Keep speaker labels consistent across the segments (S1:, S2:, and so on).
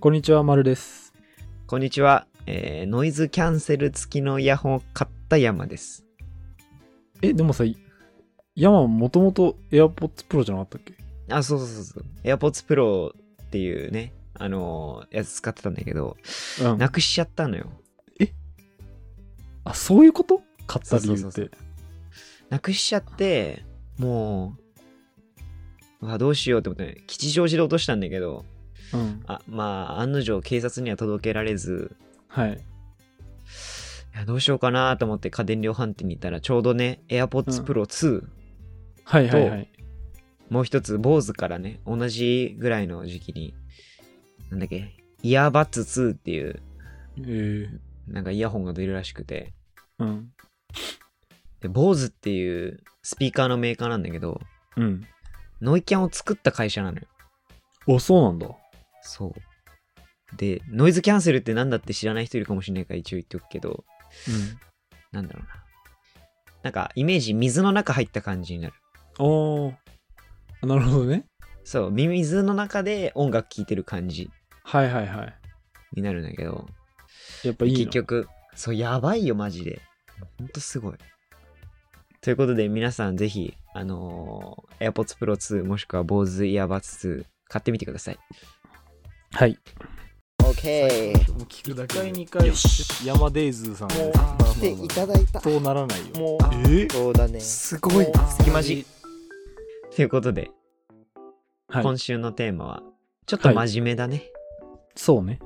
S1: こんにちは、まるです。
S2: こんにちは、えーノイズキャンセル付きのイヤホンを買った山です。
S1: え、でもさ、山はもともと AirPods Pro じゃなかったっけ
S2: あ、そうそうそうそう。AirPods Pro っていうね、あのーやつ使ってたんだけど、
S1: うん。
S2: なくしちゃったのよ。
S1: あ、そういうこと買った理由って。
S2: そうそうそうなくしちゃって、もう、うわどうしようって思って、吉祥寺で落としたんだけど、
S1: うん。
S2: あまあ、案の定警察には届けられず、
S1: はい。
S2: いやどうしようかなと思って家電量販店に行ったら、ちょうどね、AirPods Pro 2、
S1: はいはいはい。
S2: もう一つ、坊主からね、同じぐらいの時期に、なんだっけ、イヤーバッツ2っていう、
S1: えー、
S2: なんかイヤホンが出るらしくて、
S1: うん。
S2: で、坊主っていうスピーカーのメーカーなんだけど、
S1: うん。
S2: ノイキャンを作った会社なのよ。
S1: お、そうなんだ。
S2: そう。で、ノイズキャンセルってなんだって知らない人いるかもしれないから一応言っておくけど、なんだろうな。なんか、イメージ、水の中入った感じになる。
S1: うん。あー。なるほどね。
S2: そう、み水の中で音楽聴いてる感じ
S1: はいはいはい。
S2: になるんだけど、
S1: やっぱいいの
S2: 結。局そうやばいよマジでほんとすごいということで皆さんぜひあのー AirPods Pro 2もしくは Bose Earbuds 2買ってみてください
S1: はい。
S3: OK
S1: もう聞くだけ。2回、山デイズーさん
S3: もう来ていた
S1: だ
S3: だいた
S1: そうならないよ。
S3: もう
S1: え
S3: そうだね
S1: すごい。
S2: 隙間じということで、
S1: はい
S2: 今。週のテーマはちょっと真面目だね、
S1: そうね。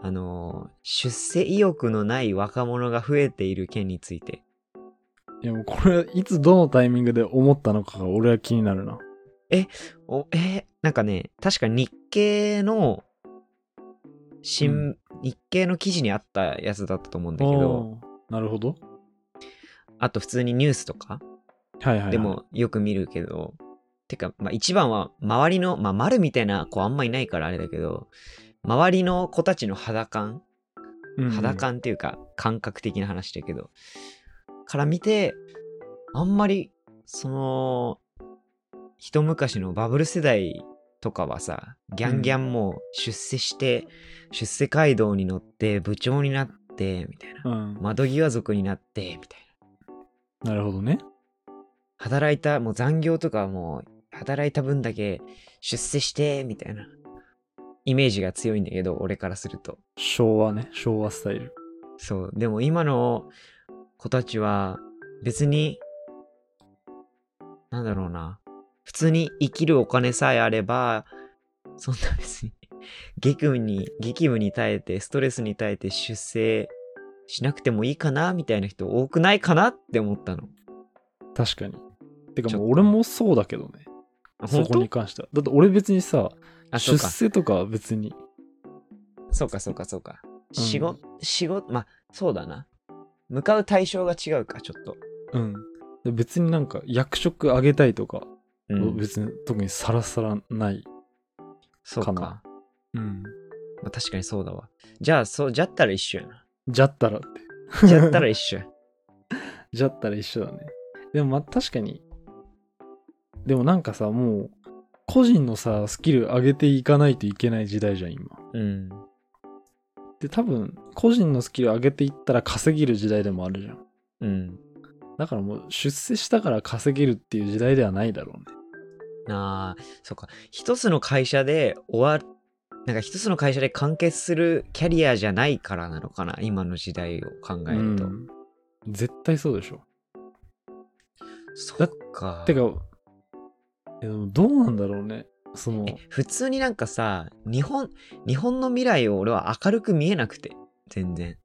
S2: あのー出世意欲のない若者が増えている件について
S1: いやもうこれ、いつどのタイミングで思ったのかが俺は気になるな。
S2: おえーなんかね確か日経の新、
S1: うん
S2: 日経の記事にあったやつだったと思うんだけど
S1: おーなるほど。
S2: あと普通にニュースとか
S1: はいはい、はい。
S2: で、もよく見るけど、てか、まあ、一番は周りの、まあ、丸みたいな子あんまいないからあれだけど、周りの子たちの肌感、
S1: うん、
S2: 肌感っていうか感覚的な話だけど、から見て、あんまり、その、一昔のバブル世代とかはさ、ギャンギャンもう出世して、出世街道に乗って部長になって、みたいな。
S1: うん。
S2: 窓際族になって、みたいな。
S1: なるほどね。
S2: 働いたもう残業とかはもう働いた分だけ出世してみたいなイメージが強いんだけど俺からすると
S1: 昭和ね。昭和スタイル。
S2: そうでも今の子たちは別になんだろうな普通に生きるお金さえあればそんな別に 激務に激務に耐えてストレスに耐えて出世しなくてもいいかなみたいな人多くないかなって思ったの
S1: 確かに。てか
S2: ちょっ
S1: も
S2: と
S1: う俺もそうだけどね。
S2: あ
S1: そ
S2: 本
S1: こに
S2: 当
S1: 関しては。だって俺別にさ、
S2: あそ
S1: 出
S2: うか
S1: 世とかは別に。
S2: そうかそうかそうか。
S1: うん
S2: 仕事、仕事、まあそうだな。向かう対象が違うか、ちょっと。
S1: うん。で別になんか役職上げたいとか、
S2: うん、
S1: 別に特にさらさらない。
S2: そう
S1: か
S2: か。
S1: な
S2: ま
S1: うん。
S2: あ、確かにそうだわ。じゃあ、そう、じゃったら一緒や な。
S1: じゃったらって。
S2: じゃったら一緒や。
S1: じゃったら一緒だね。でもまあ確かに。でもなんかさ、もう、個人のさ、スキル上げていかないといけない時代じゃん、今。
S2: うん。
S1: で、多分、個人のスキル上げていったら稼げる時代でもあるじゃん。
S2: うん。
S1: だからもう、出世したから稼げるっていう時代ではないだろうね。
S2: ああ、そうか。一つの会社で終わなんか一つの会社で完結するキャリアじゃないからなのかな。今の時代を考えると。
S1: うん絶対そうでしょ。
S2: そっか。
S1: てか、えでもどうなんだろうね。その、
S2: え、普通になんかさ、日本、日本の未来を俺は明るく見えなくて、全然。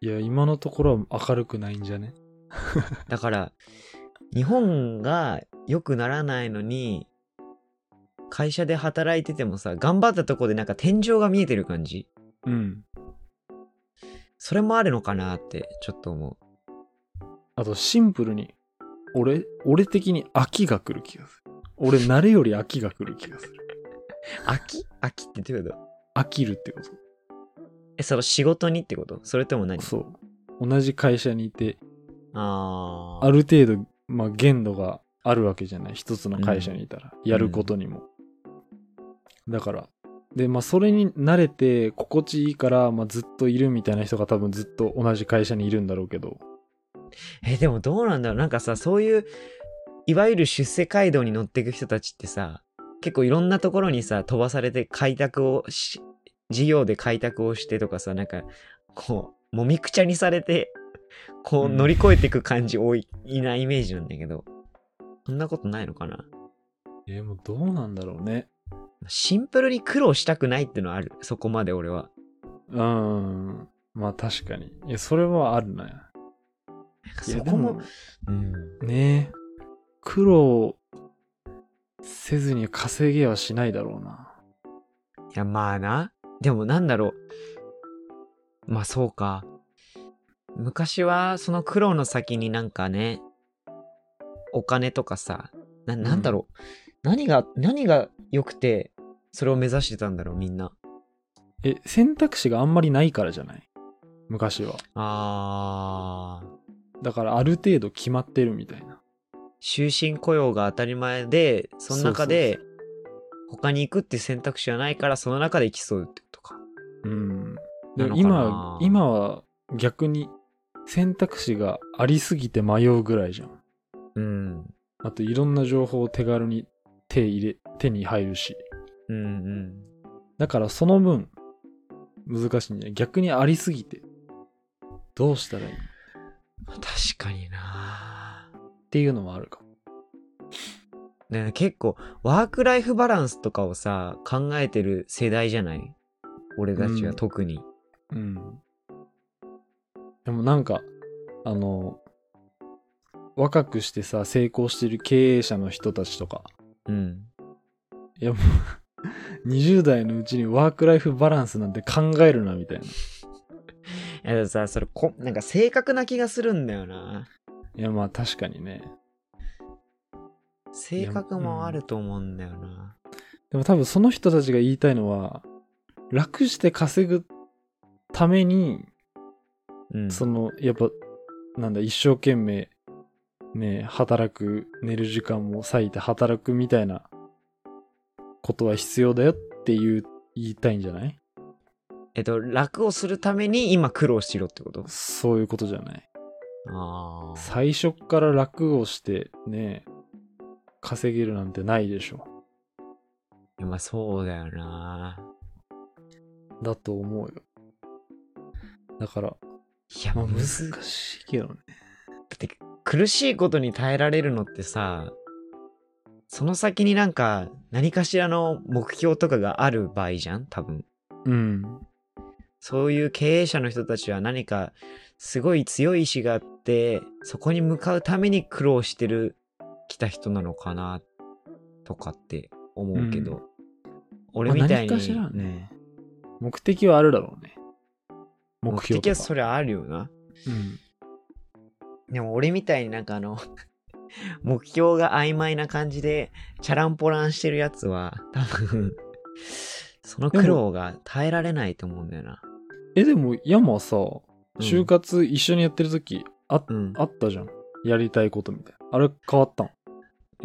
S1: いや、今のところは明るくないんじゃね
S2: だから、日本が良くならないのに、会社で働いててもさ、頑張ったとこでなんか天井が見えてる感じ。
S1: うん。
S2: それもあるのかなって、ちょっと思う。
S1: あと、シンプルに、俺、俺的に秋が来る気がする。俺、慣れより秋が来る気がする。
S2: 飽き飽きってどういうこと
S1: 飽きるってこと。
S2: え、その仕事にってことそれとも何
S1: そう。同じ会社にいて、
S2: あー
S1: ある程度、まあ、限度があるわけじゃない一つの会社にいたら、やることにも、だからで、まあ、それに慣れて心地いいから、まあ、ずっといるみたいな人が多分ずっと同じ会社にいるんだろうけど。
S2: えでもどうなんだろうなんかさそういういわゆる出世街道に乗っていく人たちってさ結構いろんなところにさ飛ばされて開拓をし事業で開拓をしてとかさなんかこうもみくちゃにされてこう
S1: うん
S2: 乗り越えていく感じ多い,、なイメージなんだけどそんなことないのかな
S1: えーもうどうなんだろうね。
S2: シンプルに苦労したくないってのはあるそこまで俺は
S1: うーん。まあ確かに。いや、それはあるな。
S2: なんか
S1: い
S2: そ
S1: や、
S2: こも
S1: で
S2: うん
S1: もねえ、苦労せずに稼げはしないだろうな。
S2: いや、まあな。でもなんだろう。まあそうか。昔はその苦労の先になんかね、お金とかさ、ななんだろう、何が、何が良くて、それを目指してたんだろう、みんな。
S1: え、選択肢があんまりないからじゃない昔は。
S2: あー。
S1: だからある程度決まってるみたいな。
S2: 終身雇用が当たり前で、その中で、他に行くっていう選択肢はないから、その中で競うってことか。
S1: うん。で
S2: なのかな
S1: 今、今は逆に選択肢がありすぎて迷うぐらいじゃん。
S2: うん。
S1: あといろんな情報を手軽に手入れ、手に入るし。
S2: うんうん。
S1: だからその分、難しいんじゃない逆にありすぎて、どうしたらいいっ
S2: 確かにな
S1: ていうのもあるかも。
S2: ね、結構ワークライフバランスとかをさ考えてる世代じゃない俺たちは特に、
S1: うん。でもなんか、あの、若くしてさ、成功してる経営者の人たちとか、
S2: うん
S1: い やもう、20代のうちにワークライフバランスなんて考えるな、みたいな。い
S2: いやでもさそれこなんか正確な気がするんだよな
S1: や、まあ確かにね。
S2: 性格もあると思うんだよな、
S1: でも多分その人たちが言いたいのは、楽して稼ぐために、
S2: うん、
S1: そのやっぱなんだ一生懸命ね働く寝る時間も割いて働くみたいなことは必要だよっていう言いたいんじゃない
S2: えっと楽をするために今苦労しろってこと
S1: そういうことじゃない
S2: ああ
S1: 最初っから楽をしてね稼げるなんてないでしょ
S2: いやまあそうだよな
S1: だと思うよだから、
S2: いや
S1: まあ、
S2: む
S1: 難
S2: ずだ
S1: しいけどね
S2: って苦しいことに耐えられるのってさその先になんか何かしらの目標とかがある場合じゃん多分
S1: うん
S2: そういう経営者の人たちは何かすごい強い意志があってそこに向かうために苦労してる来た人なのかなとかって思うけ
S1: う
S2: ど、
S1: ん
S2: 俺みたいに、
S1: まあ何かしらね目的はあるだろうね目
S2: 目
S1: 標と
S2: 的
S1: か
S2: はそれあるよな
S1: うん
S2: でも俺みたいになんかあの 目標が曖昧な感じでチャランポランしてるやつは多分その苦労が耐えられないと思うんだよな、
S1: えでも山はさ
S2: ん
S1: 就活一緒にやってる時、あ
S2: うん、
S1: あったじゃんやりたいことみたいなあれ変わったん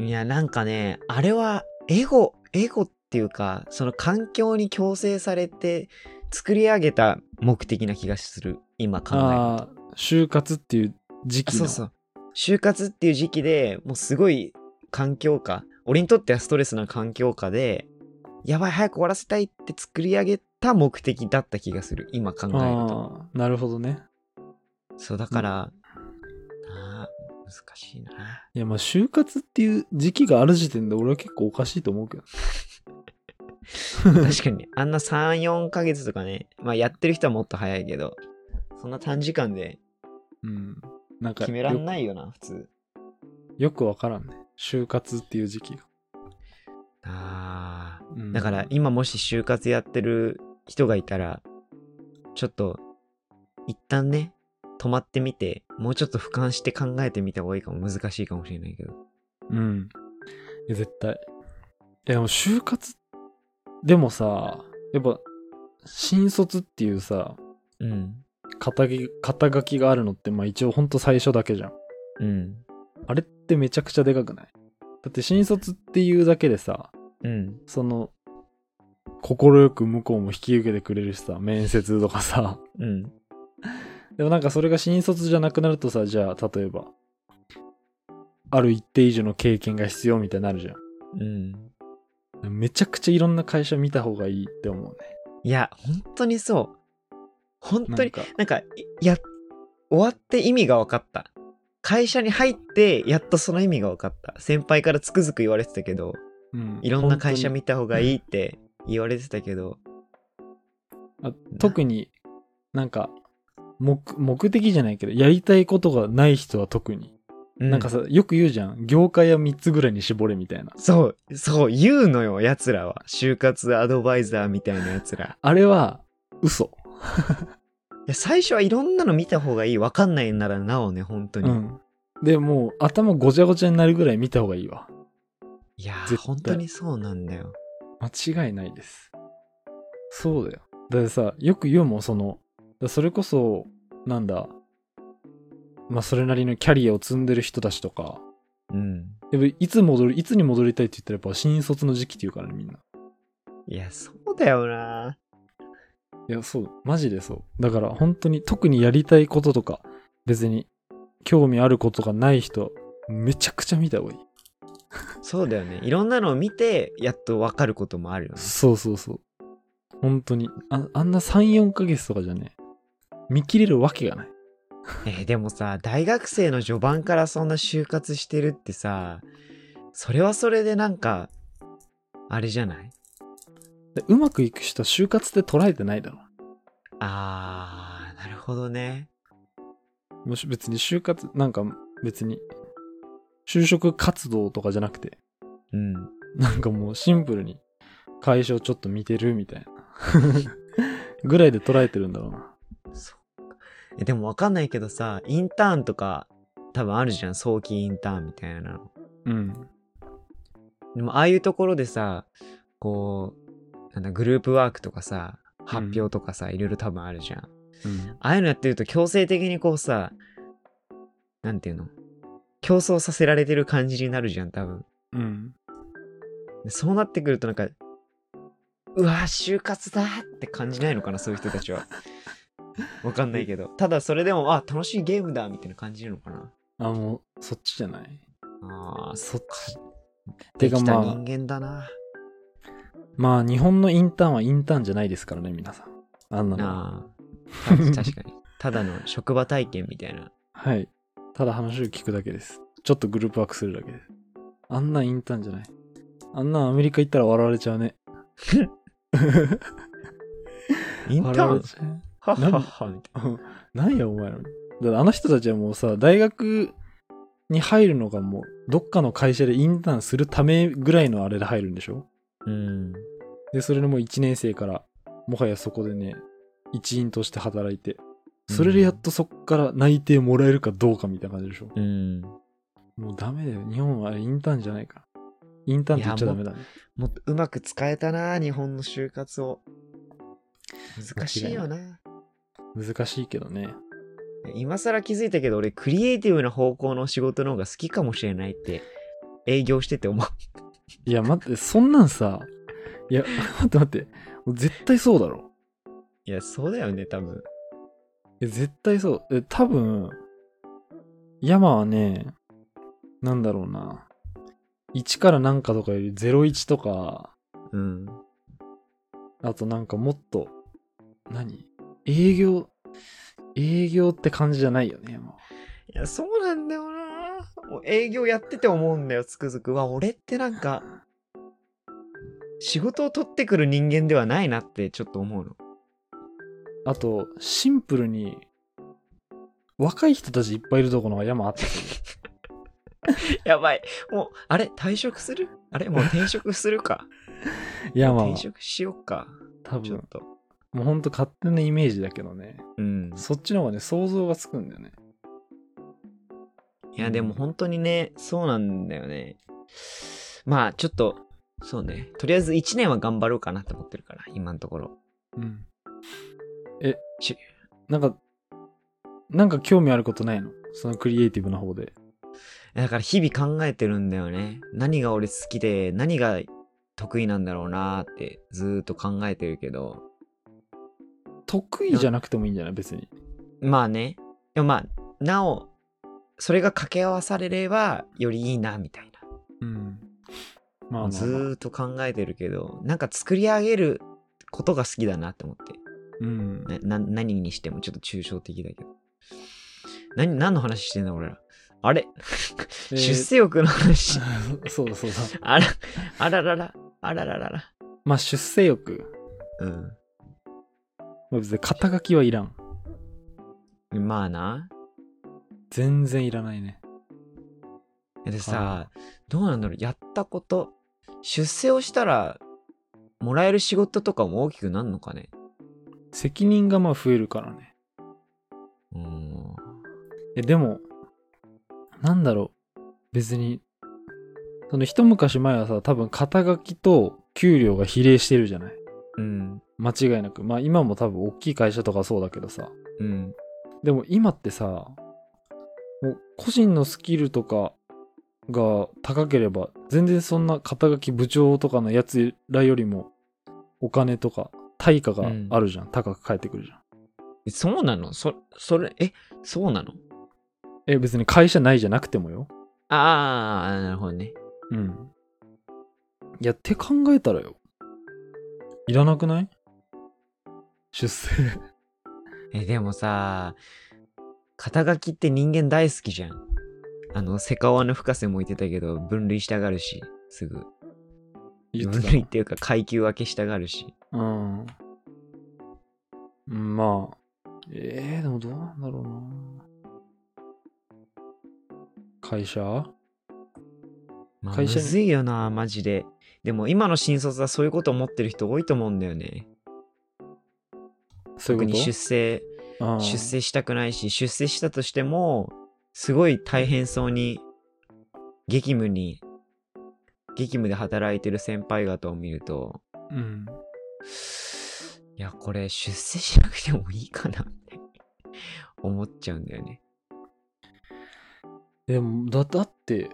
S2: いや、なんかね、あれはエゴ、エゴっていうか、その環境に強制されて作り上げた目的な気がする、今考えると
S1: ああ就活っていう時
S2: あ
S1: 期
S2: そ
S1: の
S2: うそう。就活っていう時期でもうすごい環境下、俺にとってはストレスな環境下で、やばい、早く終わらせたいって作り上げた目的だった気がする、今考えると。
S1: ああなるほどね
S2: そう、だから、なあ難しいな。
S1: いやまあ就活っていう時期がある時点で俺は結構おかしいと思うけど
S2: 確かにねあんな34ヶ月とかねまあやってる人はもっと早いけどそんな短時間で
S1: うんなんか
S2: 決めらん
S1: よ
S2: ないよな普通
S1: よくわからんね就活っていう時期が、
S2: あー
S1: うん
S2: だから今もし就活やってる人がいたらちょっと一旦ね止まってみてもうちょっと俯瞰して考えてみた方がいいかも難しいかもしれないけど
S1: うんいや絶対いやでも就活でもさやっぱ新卒っていうさ
S2: うん
S1: 肩書肩書きがあるのって、まあ一応ほんと最初だけじゃん。
S2: うん
S1: あれってめちゃくちゃでかくないだって新卒っていうだけでさ、
S2: うん
S1: その、快く向こうも引き受けてくれるしさ、面接とかさ。
S2: うん。
S1: でもなんかそれが新卒じゃなくなるとさ、じゃあ例えば、ある一定以上の経験が必要みたいになるじ
S2: うん。
S1: ゃん。めちゃくちゃいろんな会社見た方がいいって思うね。
S2: いや、本当にそう。本当
S1: なん
S2: に、
S1: か、
S2: なんか、いいや、終わって意味が分かった。会社に入って、やっとその意味が分かった。先輩からつくづく言われてたけど、
S1: うん
S2: いろんな会社
S1: 本
S2: 見た方がいいって言われてたけど、
S1: 当にあ特になんか、目、目的じゃないけど、やりたいことがない人は特に。
S2: う
S1: なんかさ、よく言うじゃん。業界は3つぐらいに絞れみたいな。
S2: そう、そう、言うのよ、奴らは。就活アドバイザーみたいな奴ら。
S1: あれは、嘘。
S2: いや、最初はいろんなの見た方がいい。わかんないならなおね、本当に。
S1: うん。でもう頭ごちゃごちゃになるぐらい見た方がいいわ。
S2: いやー、
S1: 絶対
S2: 本当にそうなんだよ。
S1: 間違いないです。そうだよ。だってさ、よく言うもん、その、だそれこそ、なんだ、まあそれなりのキャリアを積んでる人たちとか、
S2: うん。
S1: やっぱいつ戻る、いつに戻りたいって言ったらやっぱ新卒の時期っていうからね、みんな。
S2: いや、そうだよない
S1: や、そう、マジでそう。だから本当に特にやりたいこととか、別に興味あることがない人、めちゃくちゃ見た方がいい。
S2: そうだよね。いろんなのを見て、やっとわかることもあるよね。
S1: そうそうそう。本当に。ああんな3、4ヶ月とかじゃね、見切れるわけがない。
S2: えーでもさ、大学生の序盤からそんな就活してるってさ、それはそれでなんか、あれじゃない
S1: でうまくいく人は就活って捉えてないだろ。
S2: あー、なるほどね。
S1: もし別に就活、なんか別に、就職活動とかじゃなくて、
S2: うん。
S1: なんかもうシンプルに会社をちょっと見てるみたいな。ぐらいで捉えてるんだろうな。
S2: そうかえでもわかんないけどさインターンとか多分あるじゃん早期インターンみたいなの
S1: うん。
S2: でもああいうところでさこうなんだグループワークとかさ発表とかさ、いろいろ多分あるじゃん
S1: うん。
S2: ああいうのやってると強制的にこうさなんていうの競争させられてる感じになるじゃん多分
S1: うん。
S2: でそうなってくるとなんかうわ就活だって感じないのかなそういう人た ちはわかんないけどただそれでもあ楽しいゲームだみたいな感じなのかな
S1: あ、もう、そっちじゃない
S2: ああ、そっか。
S1: て
S2: で
S1: か
S2: き
S1: ま
S2: た
S1: あ
S2: 人間だな。
S1: まあ、日本のインターンはインターンじゃないですからね、皆さん。あんなのは。
S2: なあ。確かに。ただの職場体験みたいな。
S1: はい。ただ話を聞くだけです。ちょっとグループワークするだけです。あんなんインターンじゃない。あんなんアメリカ行ったら笑われちゃうね。
S2: インタ
S1: 笑わ
S2: ー
S1: れ
S2: ン
S1: ちゃうね
S2: はっ
S1: なん
S2: はっはみたい
S1: うんなんやお前ら。だってあの人たちはもうさ、大学に入るのがもう、どっかの会社でインターンするためぐらいのあれで入るんでしょ
S2: な。うん。
S1: で、それでもう1年生から、もはやそこでね、一員として働いて、それでやっとそっから内定もらえるかどうかみたいな感じでしょ
S2: うん。
S1: もうダメだよ。日本はあれインターンじゃないから。インターンって言っちゃダメだね。
S2: もっとうまく使えたな、日本の就活を。難しいよな。
S1: 難しいけどね。
S2: 今更気づいたけど、俺、クリエイティブな方向の仕事の方が好きかもしれないって、営業してて思う。
S1: いや、待って、そんなんさ、いや、 待って待って、絶対そうだろ。
S2: いや、そうだよね、多
S1: い
S2: 分。
S1: や、絶対そう。え、多分、山はね、なんだろうな。1からなんかとかより01とか、
S2: うん。
S1: あとなんかもっと、何営業、営業って感じじゃないよね、山はい
S2: や、そうなんだよな。もう営業やってて思うんだよ、つくづく。うわ、俺ってなんか、仕事を取ってくる人間ではないなってちょっと思うの。
S1: あと、シンプルに、若い人たちいっぱいいるとこのが山あった。
S2: やばい。もう、あれ退職するあれもう転職する か。
S1: 山は
S2: 転、職しようか。
S1: 多
S2: ちょっ
S1: 分、
S2: と。
S1: もうほんと勝手なイメージだけどね。
S2: うん。
S1: そっちの方がね、想像がつくんだよね。
S2: いや、でも本当にね、そうなんだよね。まあ、ちょっと、そうね。とりあえず1年は頑張ろうかなと思ってるから、今のところ。
S1: うん。え
S2: し、
S1: なんか、なんか興味あることないのそのクリエイティブな方で。
S2: だから日々考えてるんだよね。何が俺好きで、何が得意なんだろうなーってずーっと考えてるけど、
S1: 得意じゃなくてもいいんじゃない別に。
S2: まあね。でもまあ、なお、それが掛け合わされれば、よりいいな、みたいな。
S1: うん。まあまあまあ、
S2: ずーっと考えてるけど、なんか作り上げることが好きだなって思って。
S1: うん。
S2: なな何にしてもちょっと抽象的だけど。何、何の話してんだ俺ら。あれ、
S1: えー
S2: 出世欲の話。
S1: そうだそうだ。
S2: あら、あららら、あらららら。
S1: まあ出世欲。
S2: う
S1: まあ別に肩書きはいらん。
S2: ん。まあな。
S1: 全然いらないね。
S2: でさ、どうなんだろう。やったこと、出世をしたら、もらえる仕事とかも大きくなるのかね。
S1: 責任がまあ増えるからね。
S2: うーん。
S1: え、でも、なんだろう。別に、その一昔前はさ、多分肩書きと給料が比例してるじゃない
S2: うん。
S1: 間違いなく。まあ今も多分大きい会社とかそうだけどさ。
S2: うん。
S1: でも今ってさ、もう個人のスキルとかが高ければ、全然そんな肩書き部長とかのやつらよりも、お金とか対価があるじゃん。高く返ってくるじゃん。
S2: えそうなのそ、それ、え、そうなの
S1: え、別に会社ないじゃなくてもよ。
S2: ああ、なるほどね。
S1: うん。いや、って考えたらよ。いらなくない出世。
S2: え、でもさ、肩書きって人間大好きじゃん。あの、セカオワの深瀬も言ってたけど、分類したがるし、すぐ。
S1: 言
S2: 分類っていうか階級分けしたがるし。
S1: うん。うんまあ。ええでもどうなんだろうな。会社
S2: まあ、む
S1: 会社に
S2: ずいよな、マジで。でも今の新卒はそういうこと思ってる人多いと思うんだよね。
S1: そう
S2: 特
S1: いう
S2: に
S1: こと
S2: 出世、
S1: ああ
S2: 出世したくないし、出世したとしても、すごい大変そうに、激務に、激務で働いてる先輩方を見ると、
S1: うん。
S2: いや、これ出世しなくてもいいかなって 思っちゃうんだよね。
S1: でも、だ、だって、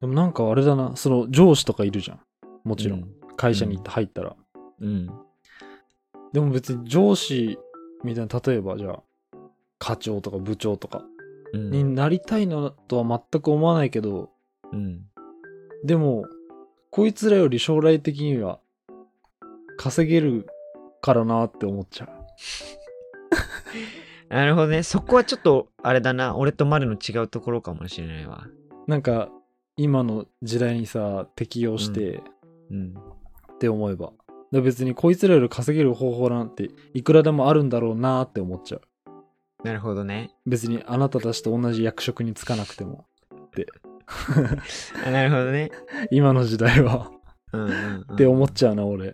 S1: でもなんかあれだな、その上司とかいるじゃん。もちろん。会社に行って入ったら。
S2: うん。
S1: でも別に上司みたいな、例えばじゃあ、課長とか部長とか
S2: うん。
S1: になりたいなとは全く思わないけど、
S2: うん。
S1: でも、こいつらより将来的には稼げるからなって思っちゃう。
S2: なるほどね。そこはちょっと、あれだな。俺と丸の違うところかもしれないわ。
S1: なんか、今の時代にさ、適用して
S2: うん。
S1: って思えば。で別にこいつらより稼げる方法なんていくらでもあるんだろうなって思っちゃう。
S2: なるほどね。
S1: 別にあなたたちと同じ役職に就かなくても。
S2: あなるほどね。
S1: 今の時代は
S2: うんうん、う ん。
S1: って思っちゃうな、俺。
S2: い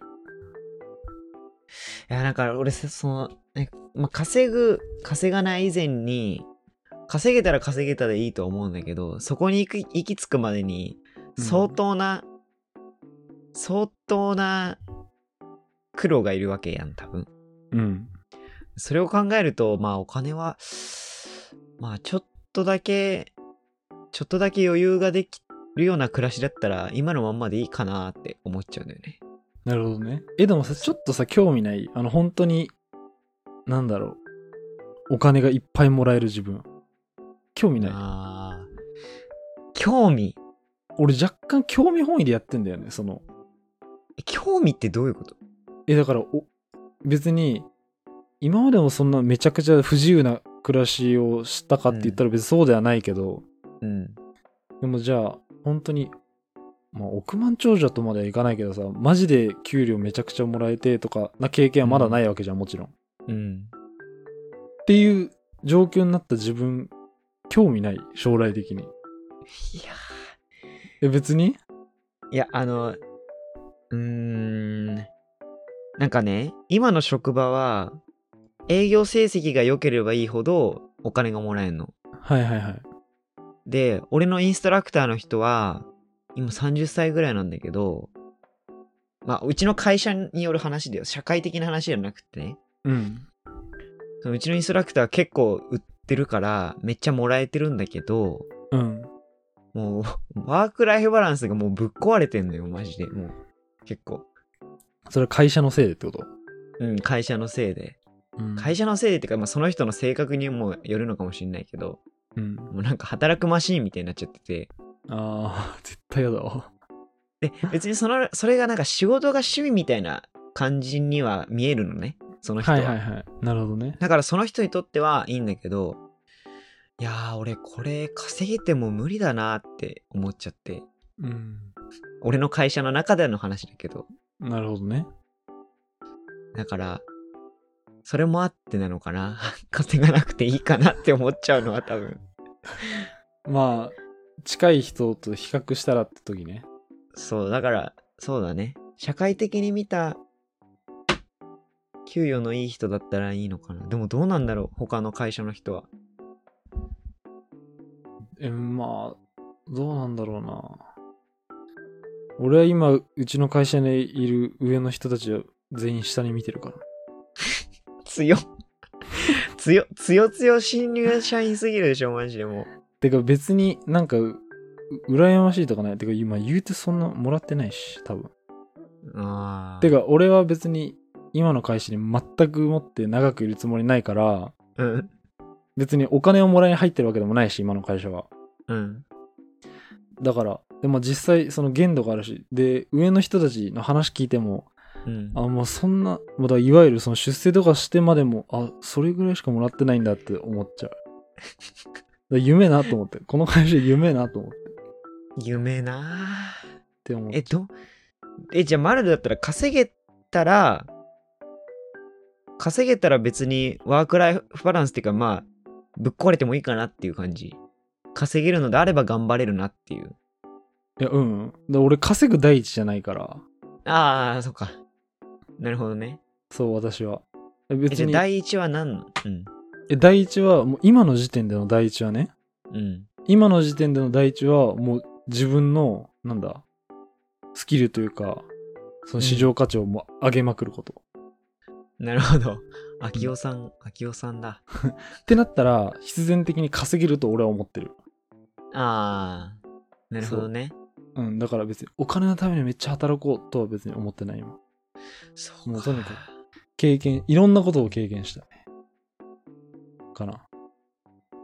S2: や、なんか俺さ、その、ねまあ、稼ぐ、稼がない以前に、稼げたら稼げたでいいと思うんだけど、そこに行く行き着くまで
S1: う
S2: に、
S1: ん
S2: 相当な、相当な苦労がいるわけやん、多分。
S1: うん。
S2: それを考えると、まあお金は、まあちょっとだけ、ちょっとだけ余裕ができるような暮らしだったら、今のまんまでいいかなって思っちゃうんだよね。
S1: なるほどね。え、でもさ、ちょっとさ、興味ない。あの、本当に、なんだろう。お金がいっぱいもらえる自分。興味ない。
S2: ああ。興味。
S1: 俺若干興味本位でやってんだよね。その、
S2: え興味ってどういうこと
S1: え、だから、お、別に、今までもそんなめちゃくちゃ不自由な暮らしをしたかって言ったら別にそうではないけど、
S2: うん。
S1: でもじゃあ、本当に、まあ、億万長者とまではいかないけどさ、マジで給料めちゃくちゃもらえてとかな経験はまだないわけじゃん、もちろん。
S2: うん。
S1: っていう状況になった自分、興味ない、将来的に。
S2: いや
S1: え、別に
S2: ー、いや、あの、うーん。なんかね、今の職場は、営業成績が良ければいいほどお金がもらえるの。
S1: はいはいはい。
S2: で、俺のインストラクターの人は、今30歳ぐらいなんだけど、まあ、うちの会社による話だよ。社会的な話じゃなくてね。
S1: うん。
S2: そのうちのインストラクターは結構売ってるから、めっちゃもらえてるんだけど、
S1: うん。
S2: もう、 ワークライフバランスがもうぶっ壊れてんのよ、マジで。もう、結構。
S1: それは会社のせいでってこと、
S2: うん、会社のせいで。
S1: うん、
S2: 会社のせいでってか、まあ、その人の性格にもよるのかもしれないけど、
S1: うん。
S2: もうなんか働くマシーンみたいになっちゃって て。
S1: ああ、 絶対やだわ。
S2: で、別にその、それがなんか仕事が趣味みたいな感じには見えるのね、その人
S1: は
S2: は。
S1: いはいはい。なるほどね。
S2: だからその人にとってはいいんだけど、いやー、俺これ稼げても無理だなって思っちゃって。
S1: うん。
S2: 俺の会社の中での話だけど。
S1: なるほどね。
S2: だから、それもあってなのかな。 稼がなくていいかなって思っちゃうのは多分。
S1: まあ、近い人と比較したらって時ね。
S2: そう、だから、そうだね。社会的に見た、給与のいい人だったらいいのかな。でもどうなんだろう他の会社の人は。
S1: え、まあ、どうなんだろうな。俺は今、うちの会社にいる上の人たちは全員下に見てるから。
S2: 強っ。 強っ、強強新入社員すぎるでしょ、マジでもう。
S1: てか別になんか、う羨ましいとかない。てか今言うてそんなもらってないし、多分。
S2: ああ。
S1: て、か俺は別に今の会社に全く持って長くいるつもりないから、
S2: うん。
S1: 別にお金をもらいに入ってるわけでもないし、今の会社は。
S2: うん。
S1: だから、でも実際その限度があるし、で、上の人たちの話聞いても、
S2: うん。
S1: あ、もうそんな、まだいわゆるその出世とかしてまでも、あ、それぐらいしかもらってないんだって思っちゃう。だから 夢なと思って、この会社夢なと思って。
S2: 夢なあ
S1: って思う
S2: え、ど、え、じゃあマルだったら稼げたら、稼げたら別にワークライフバランスっていうかまあ、ぶっ壊れてもいいかなっていう感じ。稼げるのであれば頑張れるなっていう。
S1: いや、うん。だから俺稼ぐ第一じゃないから、
S2: ああ、そっか。なるほどね。
S1: そう、私は。え
S2: え
S1: 別
S2: じゃあ
S1: に、
S2: 第一は何のうん。
S1: え第一は、もう今の時点での第一はね、
S2: うん。
S1: 今の時点での第一は、もう自分の、なんだ、スキルというか、その市場価値をもう上げまくること。
S2: なるほど。秋夫さん、秋夫さんだ。
S1: ってなったら、必然的に稼げると俺は思ってる。
S2: ああ、なるほどね。
S1: うん、だから別にお金のためにめっちゃ働こうとは別に思ってない今。
S2: そう
S1: も
S2: か
S1: うとにか経験、いろんなことを経験したね。かな。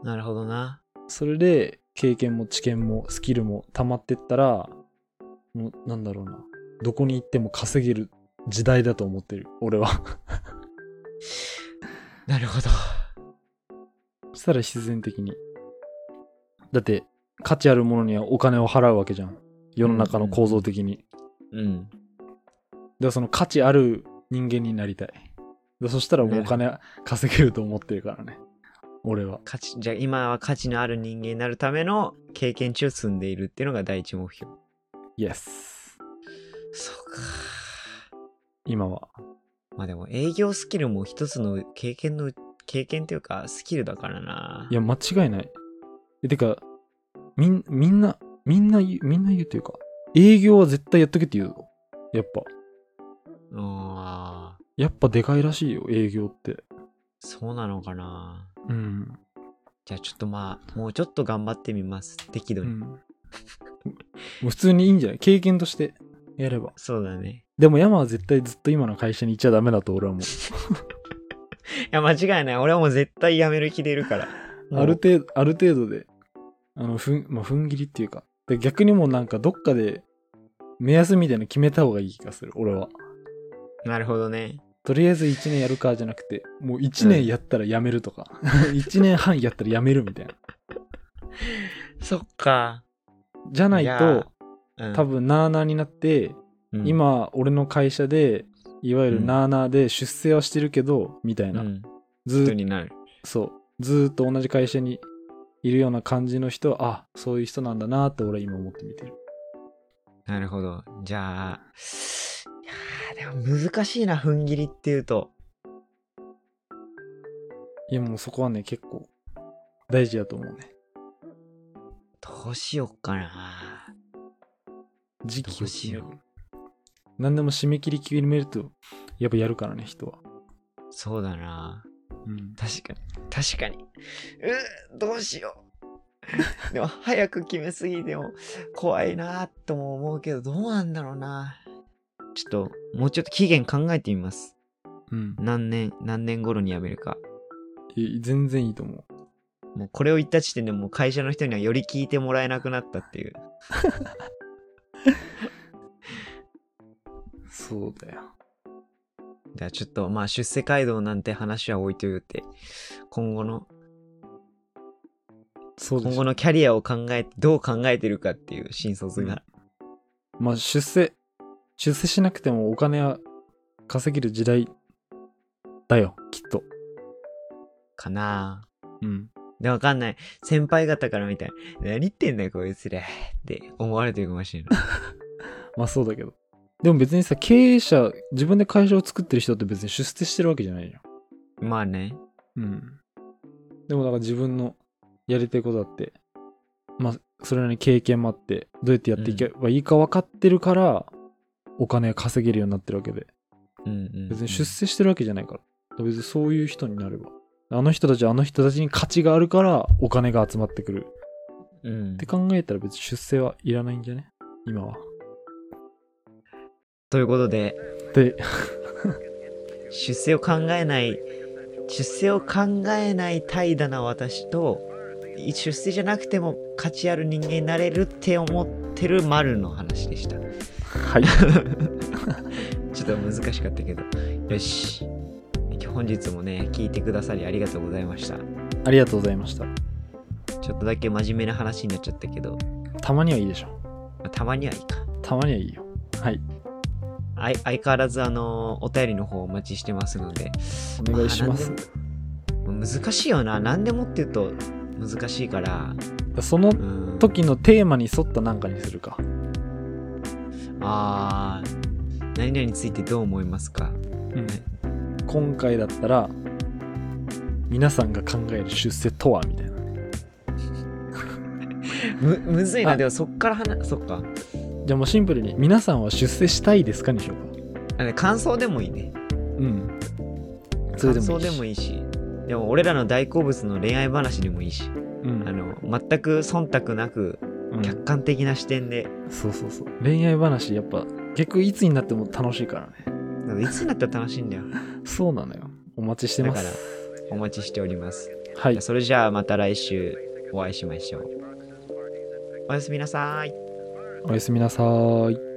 S2: なるほどな。
S1: それで経験も知見もスキルも溜まってったら、もうなんだろうな。どこに行っても稼げる時代だと思ってる、俺は。
S2: なるほど。
S1: そしたら必然的に。だって、価値あるものにはお金を払うわけじゃん。世の中の構造的に。
S2: う
S1: だ
S2: ん。
S1: からその価値ある人間になりたい。でそしたらもうお金稼げると思ってるからね。俺は。
S2: 価値じゃあ今は価値のある人間になるための経験値を積んでいるっていうのが第一目標
S1: イエス。
S2: そうか
S1: 今は。
S2: まあでも営業スキルも一つの経験の経験というかスキルだからない
S1: や、間違いない。え、てか、みん、みんな、みんな言う、みんな言うというか、営業は絶対やっとけって言うぞ。やっぱ。
S2: あー
S1: やっぱでかいらしいよ、営業って。
S2: そうなのかな
S1: うん。
S2: じゃあちょっとまあもうちょっと頑張ってみます適度
S1: う
S2: に、
S1: ん。もう普通にいいんじゃない経験としてやれば。
S2: そうだね
S1: でも山は絶対ずっと今の会社にいちゃダメだと俺はもう。
S2: いや間違いない俺はもう絶対やめる気でいるから もう
S1: ある程度、ある程度で、あの、ふん、まあ、踏ん切りっていうか。で逆にもうなんかどっかで目安みたいなの決めた方がいい気がする、俺は。
S2: なるほどね
S1: とりあえず1年やるかじゃなくて、もう1年やったらやめるとか、1年半やったらやめるみたいな。
S2: そっか
S1: じゃない
S2: いや
S1: と、
S2: うん
S1: 多分なあなあになって、
S2: うん
S1: 今、俺の会社で、いわゆるなあなあで出世はしてるけど、みたいうな。
S2: ん
S1: ず
S2: 人
S1: ーっ
S2: になる
S1: と、そう、ずーっと同じ会社にいるような感じの人は、あ、そういう人なんだなあって俺は今思って見てる。
S2: なるほど。じゃあ、いやーでも難しいな、踏ん切りっていうと。
S1: いや、もうそこはね、結構、大事だと思うね。
S2: どうしよっかな。
S1: 時期
S2: ど
S1: を
S2: うし
S1: 決める
S2: よう。
S1: 何でも締め切り決めると、やっぱやるからね、人は。
S2: そうだな。
S1: うん。
S2: 確かに。確かに。うーどうしよ でも早く決めすぎても怖いなとも思うけどどうなんだろうなちょっともうちょっと期限考えてみます
S1: うん。
S2: 何年何年頃に辞めるか
S1: い全然いいと思う。
S2: もうこれを言った時点でもう会社の人にはより聞いてもらえなくなったっていう
S1: そうだよ。
S2: じゃあちょっとまあ出世街道なんて話は置いといて今後の
S1: そうで
S2: 今
S1: す
S2: 後。のキャリアを考えてどう考えてるかっていう新卒が、
S1: まあ、出世、出世しなくてもお金は稼げる時代だよ、きっと。
S2: かな
S1: うん。
S2: でわかんない先輩方から見たら何言ってんだよこいつらって思われてるかもしれない
S1: まあそうだけど。でも別にさ、経営者、自分で会社を作ってる人って別に出世してるわけじゃないじゃん。
S2: まあね
S1: うん。でもだから自分のやりたいことだって、まあ、それなりに経験もあって、どうやってやっていけばいいか分かってるから、お金が稼げるようになってるわけで。
S2: うんうん、うん、
S1: 別に出世してるわけじゃないから。別にそういう人になれば。あの人たちはあの人たちに価値があるから、お金が集まってくる。
S2: うん
S1: って考えたら別に出世はいらないんじゃね今は。
S2: ということで
S1: で、
S2: 出世を考えない出世を考えない怠惰な私とい出世じゃなくても価値ある人間になれるって思ってる丸の話でした
S1: はい。
S2: ちょっと難しかったけど。よし。本日もね、聞いてくださりありがとうございました。
S1: ありがとうございました。
S2: ちょっとだけ真面目な話になっちゃったけど、
S1: たまにはいいでしょ。
S2: まあたまにはいいか。
S1: たまにはいいよ。はい。
S2: あい相変わらず、あのお便りの方お待ちしてますので。
S1: お願いします。
S2: あなんでも難しいよな。何でもって言うと難しいから。
S1: その
S2: うん。
S1: 時のテーマに沿ったなんかにするか。
S2: あー、何々についてどう思いますか
S1: うん、今回だったら皆さんが考える出世とはみたいな
S2: む、むずいな。
S1: あ
S2: でもそっから話、そっか。
S1: じゃあもうシンプルに皆さんは出世したいですかにしようか
S2: あの感想でもいいね。
S1: うんそれ
S2: 感
S1: でもい
S2: 想
S1: い
S2: で
S1: し
S2: もいいしでも俺らの大好物の恋愛話でもいいし
S1: うん
S2: あの全く忖度なく
S1: うん
S2: 客観的な視点で、
S1: そうそうそう恋愛話やっぱ結局いつになっても楽しいからね
S2: なんかいつになったら楽しいんだよ
S1: そうなのよお待ちしてます
S2: だかお待ちしております
S1: は
S2: じゃ
S1: い
S2: あそれじゃあまた来週お会いしましょうおやすみなさーい
S1: おやすみなさーい